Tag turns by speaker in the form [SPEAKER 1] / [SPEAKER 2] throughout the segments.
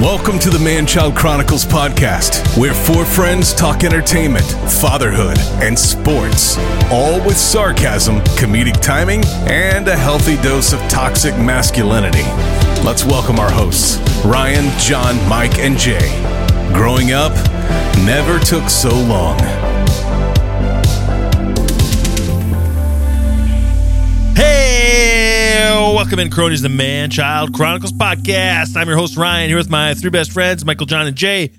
[SPEAKER 1] Welcome to the Man Child Chronicles podcast. We're four friends talk entertainment, fatherhood, and sports, all with sarcasm, comedic timing, and a healthy dose of toxic masculinity. Let's welcome our hosts, Ryan, John, Mike, and Jay. Growing up never took so long.
[SPEAKER 2] Hey, welcome in, cronies, the Man Child Chronicles podcast. I'm your host, Ryan, here with my three best friends, Michael, John, and Jay.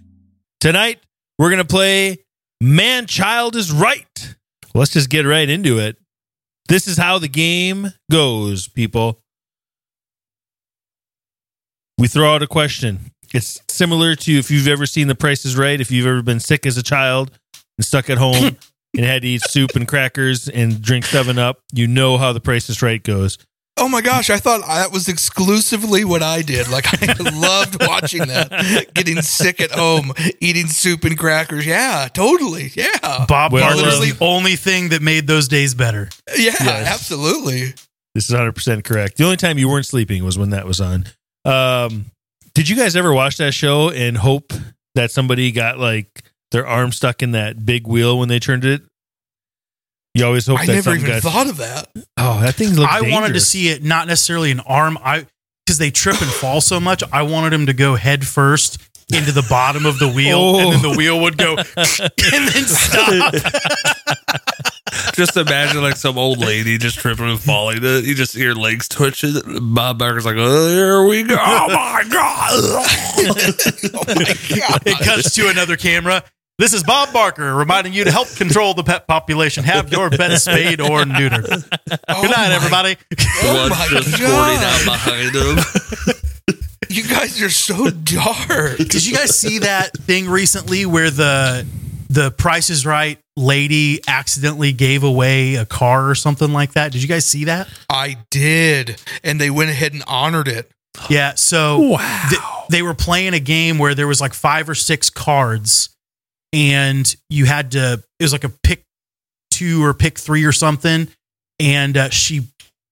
[SPEAKER 2] Tonight, we're going to play Man Child is Right. Let's just get right into it. This is how the game goes, people. We throw out a question. It's similar to if you've ever seen The Price is Right, if you've ever been sick as a child and stuck at home and had to eat soup and crackers and drink 7 Up, you know how The Price is Right goes.
[SPEAKER 3] Oh my gosh, I thought that was exclusively what I did. Like I loved watching that. Getting sick at home, eating soup and crackers. Yeah, totally. Yeah.
[SPEAKER 4] Bob
[SPEAKER 2] Well,
[SPEAKER 4] Barker was
[SPEAKER 2] um,
[SPEAKER 4] the only thing that made those days better.
[SPEAKER 3] Yeah,
[SPEAKER 2] Yes.
[SPEAKER 3] absolutely.
[SPEAKER 2] This is 100% correct. The only time you weren't sleeping was when that was on. Um, did you guys ever watch that show and hope that somebody got like their arm stuck in that big wheel when they turned it? You always hope
[SPEAKER 3] I
[SPEAKER 2] that
[SPEAKER 3] never
[SPEAKER 2] something
[SPEAKER 3] even
[SPEAKER 2] got.
[SPEAKER 3] thought of that.
[SPEAKER 2] oh, that thing looked.
[SPEAKER 4] I wanted to
[SPEAKER 2] dangerous.
[SPEAKER 4] see it, not necessarily an arm. I because they trip and fall so much. I wanted him to go head first into the bottom of the wheel,
[SPEAKER 2] Oh.
[SPEAKER 4] and then the wheel would go and then stop.
[SPEAKER 5] just imagine like some old lady just tripping and falling. You just hear legs twitching. Bob Barker's like, oh, here we go. Oh my god!
[SPEAKER 3] Oh my
[SPEAKER 4] It
[SPEAKER 3] god.
[SPEAKER 4] cuts to another camera. This is Bob Barker reminding you to help control the pet population. Have your pet spayed or neutered. Good night, everybody.
[SPEAKER 3] Oh
[SPEAKER 5] Blood's
[SPEAKER 3] my
[SPEAKER 5] just squirting out
[SPEAKER 3] god.
[SPEAKER 5] behind him.
[SPEAKER 3] You guys are so dark.
[SPEAKER 4] Did you guys see that thing recently where the the Price is Right lady accidentally gave away a car or something like that? Did you guys see that?
[SPEAKER 3] I did. And they went ahead and honored it.
[SPEAKER 4] Yeah. So th- they were playing a game where there was like five or six cards, and you had to. It was like a pick two or pick three or something, and uh, she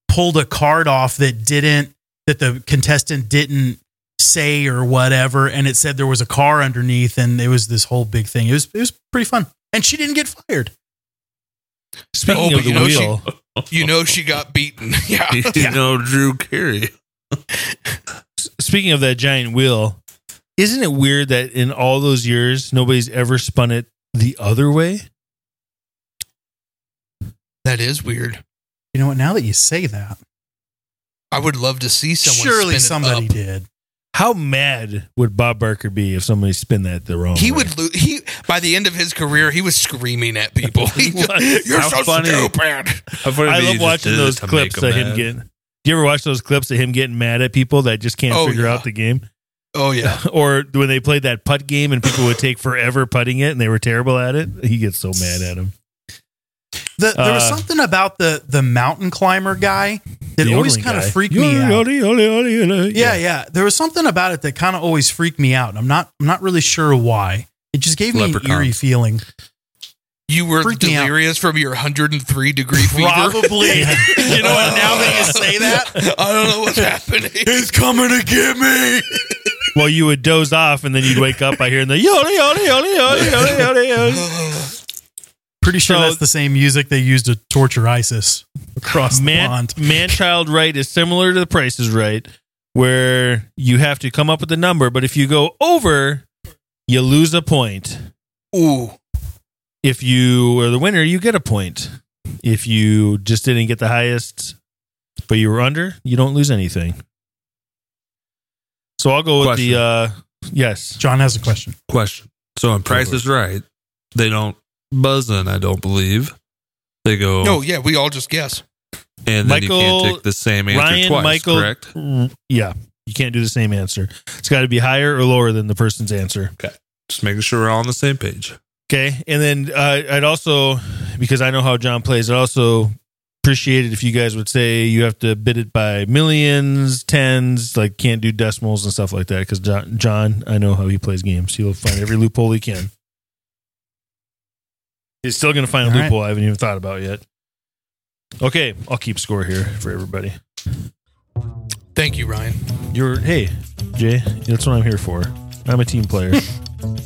[SPEAKER 4] pulled a card off that didn't that the contestant didn't say or whatever, and it said there was a car underneath, and it was this whole big thing. It was it was pretty fun, and she didn't get fired.
[SPEAKER 3] Oh,
[SPEAKER 2] Speaking
[SPEAKER 3] but
[SPEAKER 2] of the
[SPEAKER 3] you know, she-
[SPEAKER 2] wheel,
[SPEAKER 3] You know she got beaten. Yeah.
[SPEAKER 5] You know, Drew Carey.
[SPEAKER 2] speaking of that giant wheel, isn't it weird that in all those years nobody's ever spun it the other way?
[SPEAKER 3] That is weird.
[SPEAKER 4] You know what? Now that you say that,
[SPEAKER 3] I would love to see someone.
[SPEAKER 4] surely
[SPEAKER 3] spin it
[SPEAKER 4] somebody
[SPEAKER 3] up.
[SPEAKER 4] did.
[SPEAKER 2] How mad would Bob Barker be if somebody spin that the wrong?
[SPEAKER 3] He
[SPEAKER 2] way?
[SPEAKER 3] would lose. He by the end of his career, he was screaming at people. He just,
[SPEAKER 2] was.
[SPEAKER 3] You're
[SPEAKER 5] How
[SPEAKER 3] so
[SPEAKER 5] funny.
[SPEAKER 3] stupid.
[SPEAKER 2] I love watching those clips of him getting. Do you ever watch those clips of him getting mad at people that just can't
[SPEAKER 3] Oh,
[SPEAKER 2] figure
[SPEAKER 3] yeah.
[SPEAKER 2] out the game?
[SPEAKER 3] Oh yeah,
[SPEAKER 2] Or when they played that putt game and people would take forever putting it and they were terrible at it? He gets so mad at him.
[SPEAKER 4] The, there was
[SPEAKER 2] Uh,
[SPEAKER 4] something about the the mountain climber guy that
[SPEAKER 2] The
[SPEAKER 4] always
[SPEAKER 2] yodeling
[SPEAKER 4] kind
[SPEAKER 2] guy.
[SPEAKER 4] of freaked me out.
[SPEAKER 2] Yodel, yodel, yodel, yodel.
[SPEAKER 4] Yeah, yeah. There was something about it that kind of always freaked me out. I'm not I'm not really sure why. It just gave me an
[SPEAKER 5] Leprechauns.
[SPEAKER 4] eerie feeling.
[SPEAKER 3] you were
[SPEAKER 4] Freaked me out.
[SPEAKER 3] delirious from your 103 degree fever.
[SPEAKER 4] Probably.
[SPEAKER 2] Yeah.
[SPEAKER 4] you know what? Now that you say that,
[SPEAKER 3] I don't know what's happening.
[SPEAKER 5] He's coming to get me.
[SPEAKER 2] Well, you would doze off and then you'd wake up by hearing the yodel, yodel, yodel, yodel, yodel, yodel, yodel,
[SPEAKER 4] pretty sure
[SPEAKER 2] So-
[SPEAKER 4] that's the same music they used to torture ISIS across the
[SPEAKER 2] Man,
[SPEAKER 4] pond.
[SPEAKER 2] man child right is similar to the price is right, where you have to come up with a number, but if you go over, you lose a point.
[SPEAKER 3] Ooh,
[SPEAKER 2] if you were the winner, you get a point. If you just didn't get the highest, but you were under, you don't lose anything. So I'll go with the uh yes.
[SPEAKER 4] John has a question.
[SPEAKER 5] Question. So on Price is Right, they don't buzz in. I don't believe. They go.
[SPEAKER 3] no, yeah, we all just guess.
[SPEAKER 5] and then you
[SPEAKER 2] Michael,
[SPEAKER 5] can't take the same answer
[SPEAKER 2] Ryan,
[SPEAKER 5] twice.
[SPEAKER 2] Michael-
[SPEAKER 5] correct.
[SPEAKER 2] Yeah. You can't do the same answer. It's got to be higher or lower than the person's answer.
[SPEAKER 5] Just making sure we're all on the same page.
[SPEAKER 2] Okay. And then uh, I'd also, because I know how John plays, I'd also appreciate it if you guys would say you have to bid it by millions, tens, like can't do decimals and stuff like that. Because John, John, I know how he plays games. He'll find every loophole he can. He's still going to find a
[SPEAKER 4] All right.
[SPEAKER 2] loophole I haven't even thought about yet. Okay. I'll keep score here for everybody.
[SPEAKER 3] Thank you, Ryan.
[SPEAKER 2] You're, hey, Jay, that's what I'm here for. I'm a team player. I'm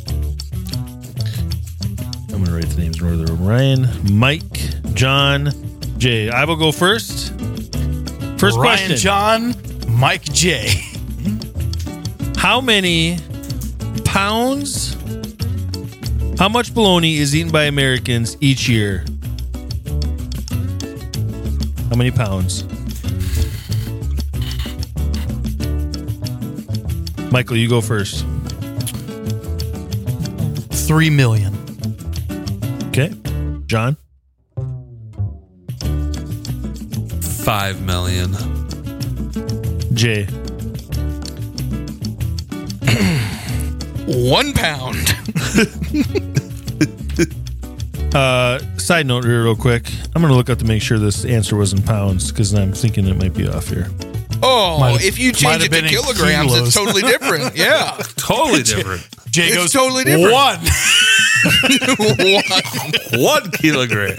[SPEAKER 2] gonna write the names in order: Ryan, Mike, John, Jay. I will go first. First
[SPEAKER 4] Ryan
[SPEAKER 2] question:
[SPEAKER 4] John, Mike J.
[SPEAKER 2] How many pounds? How much bologna is eaten by Americans each year? How many pounds? Michael, you go first.
[SPEAKER 4] Three million.
[SPEAKER 2] Okay. John?
[SPEAKER 5] Five million.
[SPEAKER 2] Jay.
[SPEAKER 3] One pound.
[SPEAKER 2] Uh, side note here, real quick. I'm going to look up to make sure this answer was in pounds because I'm thinking it might be off here.
[SPEAKER 3] Oh,
[SPEAKER 4] Might have-
[SPEAKER 3] if you
[SPEAKER 4] might
[SPEAKER 3] change
[SPEAKER 4] have
[SPEAKER 3] it to
[SPEAKER 4] been in
[SPEAKER 3] kilograms,
[SPEAKER 4] kilos.
[SPEAKER 3] it's totally different. Yeah.
[SPEAKER 5] Totally different.
[SPEAKER 4] Jay
[SPEAKER 3] It's
[SPEAKER 4] goes
[SPEAKER 3] totally different.
[SPEAKER 4] One.
[SPEAKER 3] One.
[SPEAKER 5] One kilogram.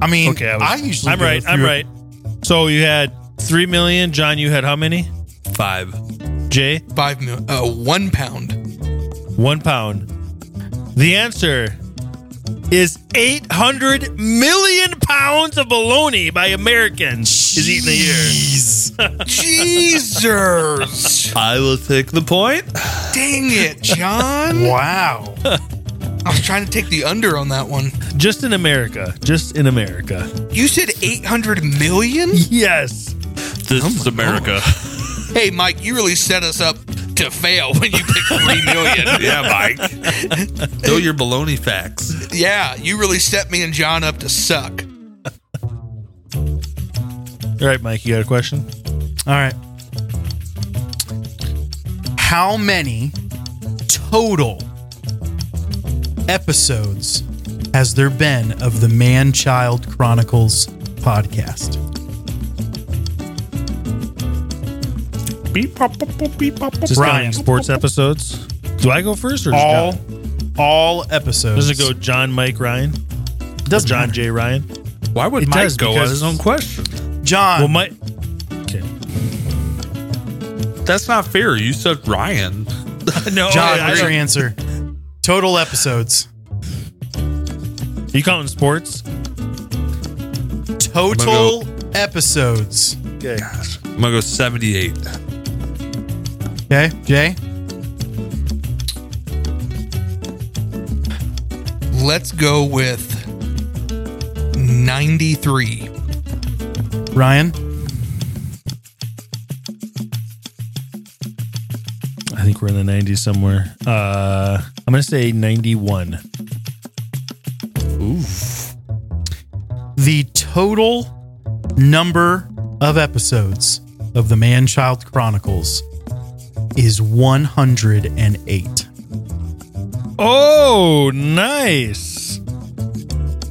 [SPEAKER 4] I mean,
[SPEAKER 2] Okay.
[SPEAKER 4] I,
[SPEAKER 2] I, was,
[SPEAKER 4] usually.
[SPEAKER 2] I'm
[SPEAKER 4] go
[SPEAKER 2] right. I'm
[SPEAKER 4] through-
[SPEAKER 2] right. So you had 3 million. John, you had how many?
[SPEAKER 5] Five.
[SPEAKER 2] Jay?
[SPEAKER 3] Five mil. Uh, one pound.
[SPEAKER 2] One pound. The answer is 800 million pounds of bologna by Americans is eaten a year.
[SPEAKER 4] Jeez.
[SPEAKER 3] Jesus.
[SPEAKER 5] I will take the point.
[SPEAKER 3] Dang it, John.
[SPEAKER 4] Wow.
[SPEAKER 3] I was trying to take the under on that one.
[SPEAKER 2] Just in America. Just in America.
[SPEAKER 3] You said 800 million?
[SPEAKER 2] Yes.
[SPEAKER 5] This is America.
[SPEAKER 3] Hey, Mike, you really set us up to fail when you picked 3 million.
[SPEAKER 5] yeah, Mike. Know your baloney facts.
[SPEAKER 3] yeah, you really set me and John up to suck.
[SPEAKER 2] All right, Mike, you got a question?
[SPEAKER 4] All right. How many total episodes has there been of the Man Child Chronicles podcast?
[SPEAKER 2] Just
[SPEAKER 4] Brian.
[SPEAKER 2] counting sports episodes. Do I go first or just
[SPEAKER 4] All,
[SPEAKER 2] John?
[SPEAKER 4] all episodes.
[SPEAKER 2] Does it go John, Mike, Ryan?
[SPEAKER 4] Doesn't
[SPEAKER 2] John
[SPEAKER 4] matter.
[SPEAKER 2] J. Ryan?
[SPEAKER 5] Why would
[SPEAKER 2] It
[SPEAKER 5] Mike
[SPEAKER 2] does,
[SPEAKER 5] go on
[SPEAKER 2] because-
[SPEAKER 5] his own question?
[SPEAKER 4] John?
[SPEAKER 2] Well, Mike. Okay.
[SPEAKER 5] That's not fair. You said Ryan. no,
[SPEAKER 4] John,
[SPEAKER 5] I-
[SPEAKER 4] what's your answer? Total episodes.
[SPEAKER 2] You counting sports?
[SPEAKER 4] Total episodes.
[SPEAKER 2] Okay.
[SPEAKER 5] I'm gonna go 78.
[SPEAKER 4] Okay, Jay.
[SPEAKER 3] Let's go with 93.
[SPEAKER 4] Ryan.
[SPEAKER 2] I think we're in the 90s somewhere. Uh, I'm going to say 91.
[SPEAKER 4] the total number of episodes of the Man Child Chronicles is 108.
[SPEAKER 2] Oh, nice.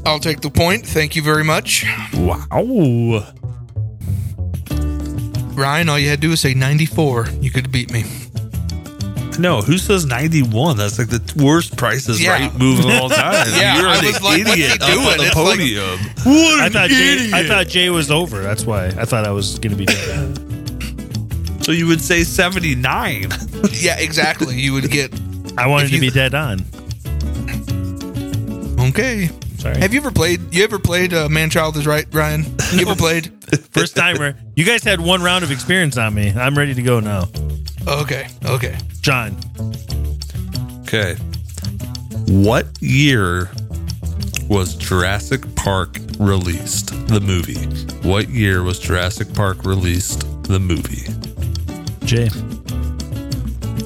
[SPEAKER 3] I'll take the point. Thank you very much.
[SPEAKER 2] Wow.
[SPEAKER 3] Ryan, all you had to do was say 94. You could beat me.
[SPEAKER 5] No, who says 91? That's like the worst prices
[SPEAKER 3] Yeah.
[SPEAKER 5] right move of all time.
[SPEAKER 3] Yeah,
[SPEAKER 5] You're
[SPEAKER 3] I
[SPEAKER 5] an
[SPEAKER 3] was like, what's he
[SPEAKER 5] idiot up on
[SPEAKER 3] doing?
[SPEAKER 5] the
[SPEAKER 3] It's like-
[SPEAKER 5] podium.
[SPEAKER 2] I thought Jay, I thought Jay was over. That's why I thought I was going to be done.
[SPEAKER 5] so you would say 79.
[SPEAKER 3] Yeah, exactly. You would get.
[SPEAKER 2] I wanted
[SPEAKER 3] If
[SPEAKER 2] to
[SPEAKER 3] you-
[SPEAKER 2] be dead on.
[SPEAKER 3] Okay.
[SPEAKER 2] Sorry.
[SPEAKER 3] Have you ever played? You ever played uh, Man Child is Right, Ryan? You ever played?
[SPEAKER 2] First timer. You guys had one round of experience on me. I'm ready to go now.
[SPEAKER 3] Okay. Okay.
[SPEAKER 2] John.
[SPEAKER 5] Okay. What year was Jurassic Park released? The movie. What year was Jurassic Park released? The movie.
[SPEAKER 2] Jay.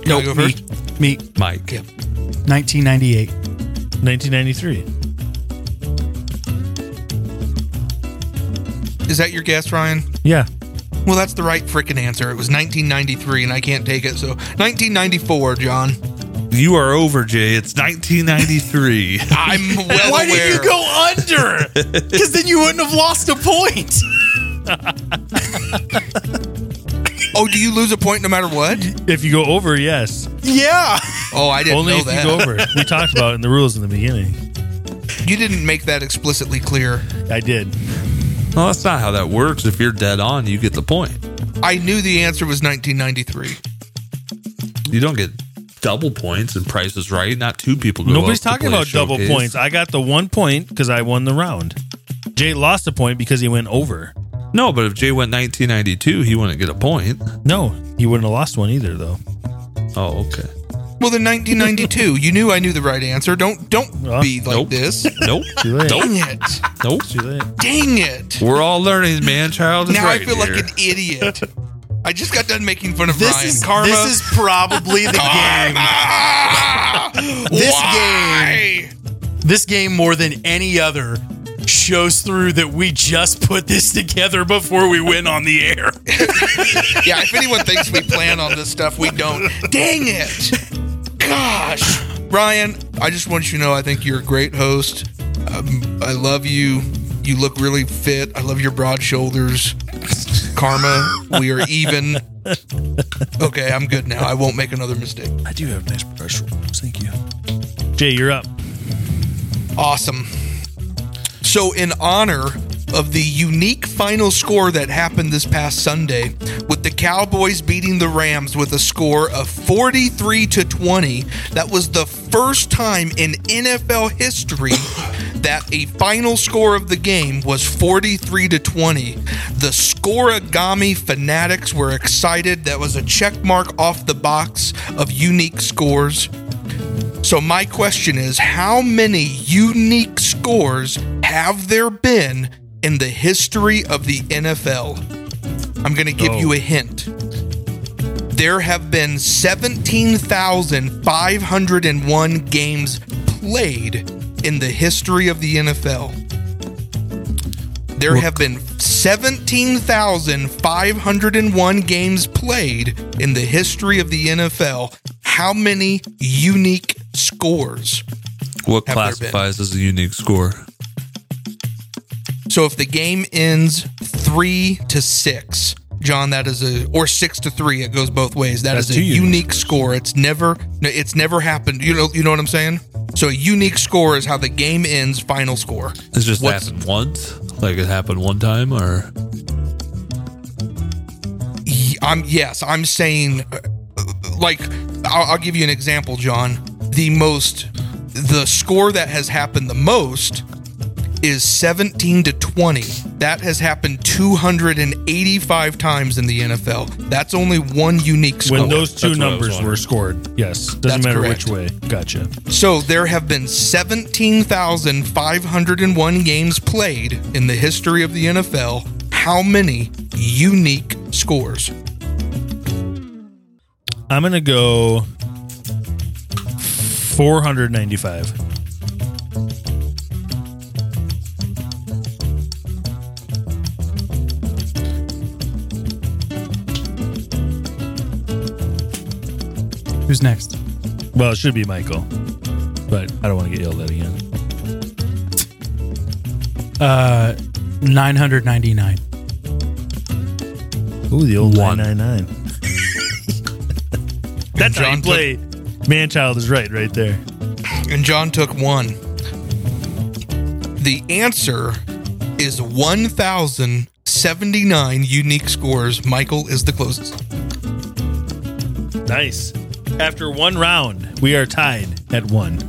[SPEAKER 3] Can I go first?
[SPEAKER 4] Me,
[SPEAKER 5] Mike.
[SPEAKER 3] Yep.
[SPEAKER 4] 1998.
[SPEAKER 2] 1993.
[SPEAKER 3] Is that your guess, Ryan?
[SPEAKER 2] Yeah.
[SPEAKER 3] Well, that's the right frickin' answer. It was 1993, and I can't take it. So 1994, John.
[SPEAKER 5] You are over, Jay. It's 1993.
[SPEAKER 3] I'm well
[SPEAKER 4] Why
[SPEAKER 3] aware.
[SPEAKER 4] did you go under? Because then you wouldn't have lost a point.
[SPEAKER 3] Oh, do you lose a point no matter what?
[SPEAKER 2] If you go over, yes.
[SPEAKER 4] Yeah.
[SPEAKER 3] Oh, I didn't
[SPEAKER 2] Only
[SPEAKER 3] know
[SPEAKER 2] if
[SPEAKER 3] that.
[SPEAKER 2] you go over. We talked about it in the rules in the beginning.
[SPEAKER 3] You didn't make that explicitly clear.
[SPEAKER 2] I did.
[SPEAKER 5] Well, that's not how that works. If you're dead on, you get the point.
[SPEAKER 3] I knew the answer was 1993.
[SPEAKER 5] You don't get double points and Price is Right. Not two people. Go
[SPEAKER 2] Nobody's
[SPEAKER 5] up
[SPEAKER 2] talking
[SPEAKER 5] to play a
[SPEAKER 2] about double
[SPEAKER 5] showcase.
[SPEAKER 2] points. I got the one point because I won the round. Jay lost a point because he went over.
[SPEAKER 5] No, but if Jay went 1992, he wouldn't get a point.
[SPEAKER 2] No, he wouldn't have lost one either, though.
[SPEAKER 5] Oh, okay.
[SPEAKER 3] Well, then 1992. you knew I knew the right answer. Don't don't
[SPEAKER 2] Well,
[SPEAKER 3] be like
[SPEAKER 5] nope.
[SPEAKER 3] this. Dang
[SPEAKER 5] Nope.
[SPEAKER 2] Too late.
[SPEAKER 3] it!
[SPEAKER 5] nope.
[SPEAKER 2] Too late.
[SPEAKER 3] Dang it!
[SPEAKER 5] We're all learning, man. Child is
[SPEAKER 3] now
[SPEAKER 5] right
[SPEAKER 3] I feel
[SPEAKER 5] here.
[SPEAKER 3] like an idiot. I just got done making fun of
[SPEAKER 4] This
[SPEAKER 3] Ryan.
[SPEAKER 4] is
[SPEAKER 3] Karma.
[SPEAKER 4] this is probably the game.
[SPEAKER 3] Ah!
[SPEAKER 4] This
[SPEAKER 3] Why?
[SPEAKER 4] This game more than any other shows through that we just put this together before we went on the air.
[SPEAKER 3] Yeah, if anyone thinks we plan on this stuff, we don't. Dang it! Gosh, Ryan, I just want you to know I think you're a great host. Um, I love you. You look really fit. I love your broad shoulders. Karma, we are even. Okay, I'm good now. I won't make another mistake.
[SPEAKER 2] I do have nice pressure. Thank you. Jay, you're up.
[SPEAKER 3] Awesome. So, in honor of the unique final score that happened this past Sunday, with the Cowboys beating the Rams with a score of 43 to 20, that was the first time in NFL history that a final score of the game was 43 to 20. The scoregami fanatics were excited. That was a check mark off the box of unique scores. So, my question is how many unique scores have there been in the history of the NFL? I'm going to give
[SPEAKER 2] Oh.
[SPEAKER 3] you a hint. There have been 17,501 games played in the history of the NFL. There have been 17,501 games played in the history of the NFL. How many unique scores?
[SPEAKER 5] what
[SPEAKER 3] Have there been?
[SPEAKER 5] classifies as a unique score?
[SPEAKER 3] So if the game ends three to six, John, that is a or six to three. It goes both ways. That's
[SPEAKER 2] That's two
[SPEAKER 3] a
[SPEAKER 2] unique
[SPEAKER 3] unique score. It's never no, it's never happened. You know you know what I'm saying? So a unique score is how the game ends. Final score.
[SPEAKER 5] It's just
[SPEAKER 3] What's-
[SPEAKER 5] happened once, like it happened one time, or
[SPEAKER 3] Y- I'm yes. I'm saying uh, like I'll, I'll give you an example, John. The most the score that has happened the most is 17 to 20. That has happened 285 times in the NFL. That's only one unique score.
[SPEAKER 2] When those two
[SPEAKER 5] Oh, that's what I was
[SPEAKER 2] numbers
[SPEAKER 5] wondering.
[SPEAKER 2] were scored, yes. Doesn't
[SPEAKER 3] That's
[SPEAKER 2] matter
[SPEAKER 3] correct.
[SPEAKER 2] which way. Gotcha.
[SPEAKER 3] So there have been 17,501 games played in the history of the NFL. How many unique scores?
[SPEAKER 2] I'm going to go 495.
[SPEAKER 4] Who's next?
[SPEAKER 2] Well, it should be Michael, but I don't want to get yelled at again.
[SPEAKER 4] Uh 999.
[SPEAKER 2] Ooh, the old
[SPEAKER 5] One.
[SPEAKER 2] 199. That's how you
[SPEAKER 3] John
[SPEAKER 2] play. Manchild is right, right there.
[SPEAKER 3] And John took one. The answer is 1,079 unique scores. Michael is the closest.
[SPEAKER 2] Nice. After one round, we are tied at one.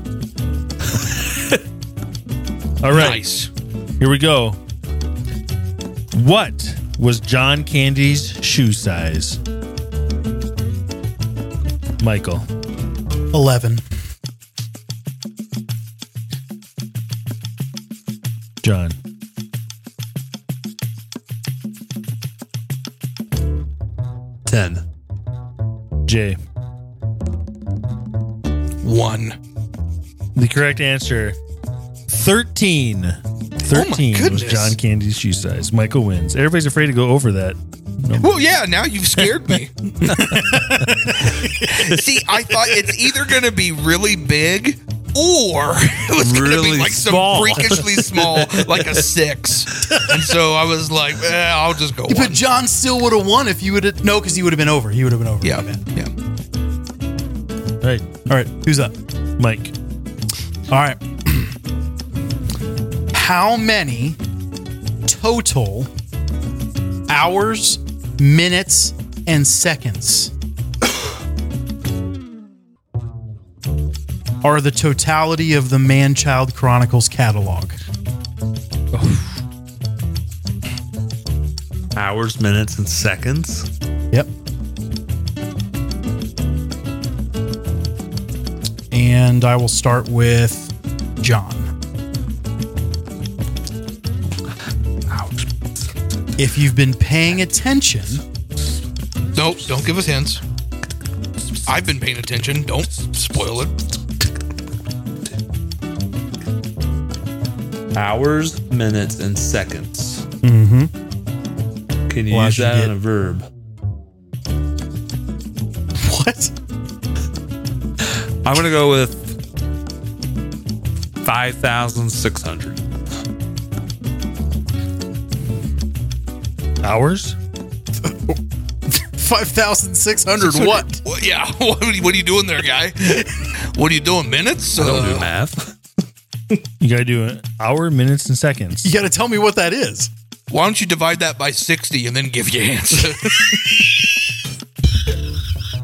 [SPEAKER 2] All right,
[SPEAKER 3] Nice.
[SPEAKER 2] here we go. What was John Candy's shoe size? Michael.
[SPEAKER 4] 11.
[SPEAKER 2] John.
[SPEAKER 5] ten.
[SPEAKER 2] Jay.
[SPEAKER 3] One.
[SPEAKER 2] The correct answer 13. 13 was
[SPEAKER 3] goodness.
[SPEAKER 2] John Candy's shoe size. Michael wins. Everybody's afraid to go over that.
[SPEAKER 3] Well, yeah, now you've scared me. See, I thought it's either going to be really big or it was going to
[SPEAKER 5] Really
[SPEAKER 3] be like some
[SPEAKER 5] small.
[SPEAKER 3] freakishly small, like a six. And so I was like, eh, I'll just go
[SPEAKER 4] But
[SPEAKER 3] one.
[SPEAKER 4] John still would have won if you would have no, because he would have been over. He would have been over.
[SPEAKER 3] Yeah,
[SPEAKER 4] My bad.
[SPEAKER 3] yeah.
[SPEAKER 2] All right,
[SPEAKER 4] All right. Who's up?
[SPEAKER 2] Mike.
[SPEAKER 4] All right. How many total hours, minutes, and seconds are the totality of the Man Child Chronicles catalog.
[SPEAKER 5] Hours, minutes, and seconds.
[SPEAKER 4] Yep. And I will start with John. If you've been paying attention,
[SPEAKER 3] Nope, don't give us hints. I've been paying attention. Don't spoil it.
[SPEAKER 5] Hours, minutes, and seconds. Can you
[SPEAKER 4] Well, I
[SPEAKER 5] use
[SPEAKER 4] should
[SPEAKER 5] that
[SPEAKER 4] get-
[SPEAKER 5] in a verb?
[SPEAKER 4] what?
[SPEAKER 5] I'm gonna go with five thousand six hundred.
[SPEAKER 2] Hours?
[SPEAKER 4] 5,600 what?
[SPEAKER 3] Well, yeah. What are, you, what are you doing there, guy? what are you doing? Minutes?
[SPEAKER 5] I don't
[SPEAKER 3] Uh,
[SPEAKER 5] do math.
[SPEAKER 2] You gotta do an hour, minutes, and seconds.
[SPEAKER 4] You got to tell me what that is.
[SPEAKER 3] why don't you divide that by 60 and then give you answer?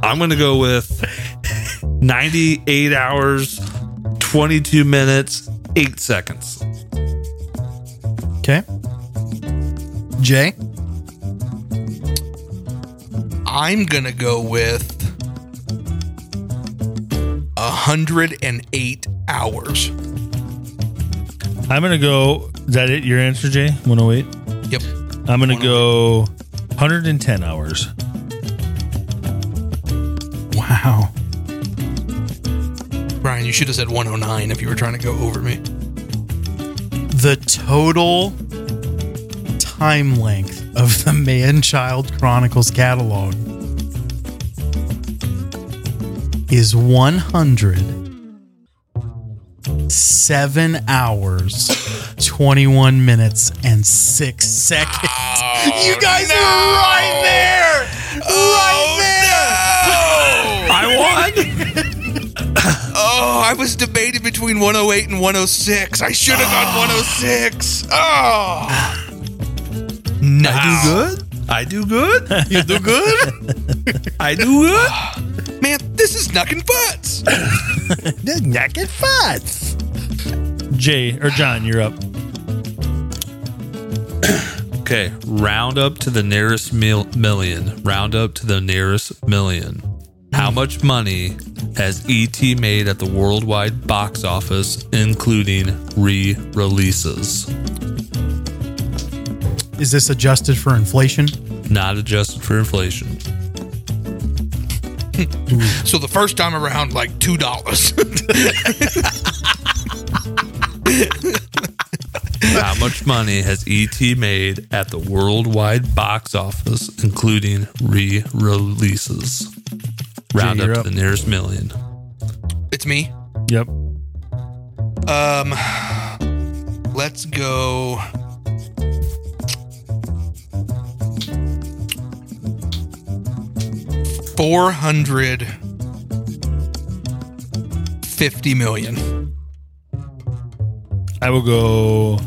[SPEAKER 5] I'm gonna go with ninety-eight hours, twenty-two minutes, eight seconds.
[SPEAKER 4] Okay. Jay?
[SPEAKER 3] I'm going to go with 108 hours.
[SPEAKER 2] I'm gonna go. Is that it? Your answer, Jay? 108.
[SPEAKER 3] Yep.
[SPEAKER 2] I'm gonna go 110 hours.
[SPEAKER 4] Wow.
[SPEAKER 3] Brian, you should have said 109 if you were trying to go over me.
[SPEAKER 4] The total time length of the Man Child Chronicles catalog is 107 hours, 21 minutes, and six seconds. you guys are right there! Right
[SPEAKER 3] Oh,
[SPEAKER 5] I won.
[SPEAKER 3] oh, I was debating between 108 and 106. I should have gone 106. Oh.
[SPEAKER 5] I do good. I do good.
[SPEAKER 4] there! You do good?
[SPEAKER 5] I do good.
[SPEAKER 3] Man, this is knocking butts.
[SPEAKER 2] Naked fats. Jay or John, you're up.
[SPEAKER 5] Okay, round up to the nearest mil- million. Round up to the nearest million. How much money has ET made at the worldwide box office, including re releases?
[SPEAKER 4] Is this adjusted for inflation?
[SPEAKER 5] Not adjusted for inflation.
[SPEAKER 3] So the first time around, like $2.
[SPEAKER 5] How much money has ET made at the worldwide box office, including re releases? Round
[SPEAKER 2] you're
[SPEAKER 5] up to
[SPEAKER 2] up.
[SPEAKER 5] the nearest million.
[SPEAKER 3] it's me.
[SPEAKER 2] Yep.
[SPEAKER 3] Um, let's go. Four hundred fifty million.
[SPEAKER 2] I will go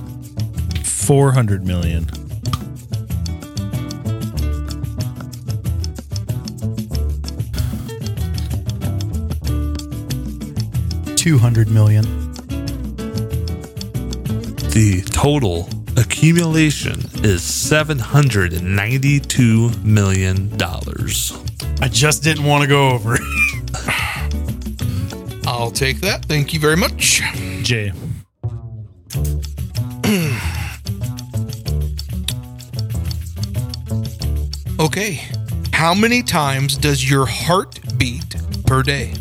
[SPEAKER 2] 400 million.
[SPEAKER 4] Two hundred million.
[SPEAKER 5] The total accumulation is $792 million.
[SPEAKER 4] I just didn't want to go over.
[SPEAKER 3] I'll take that. Thank you very much.
[SPEAKER 2] Jay.
[SPEAKER 3] Okay. How many times does your heart beat per day?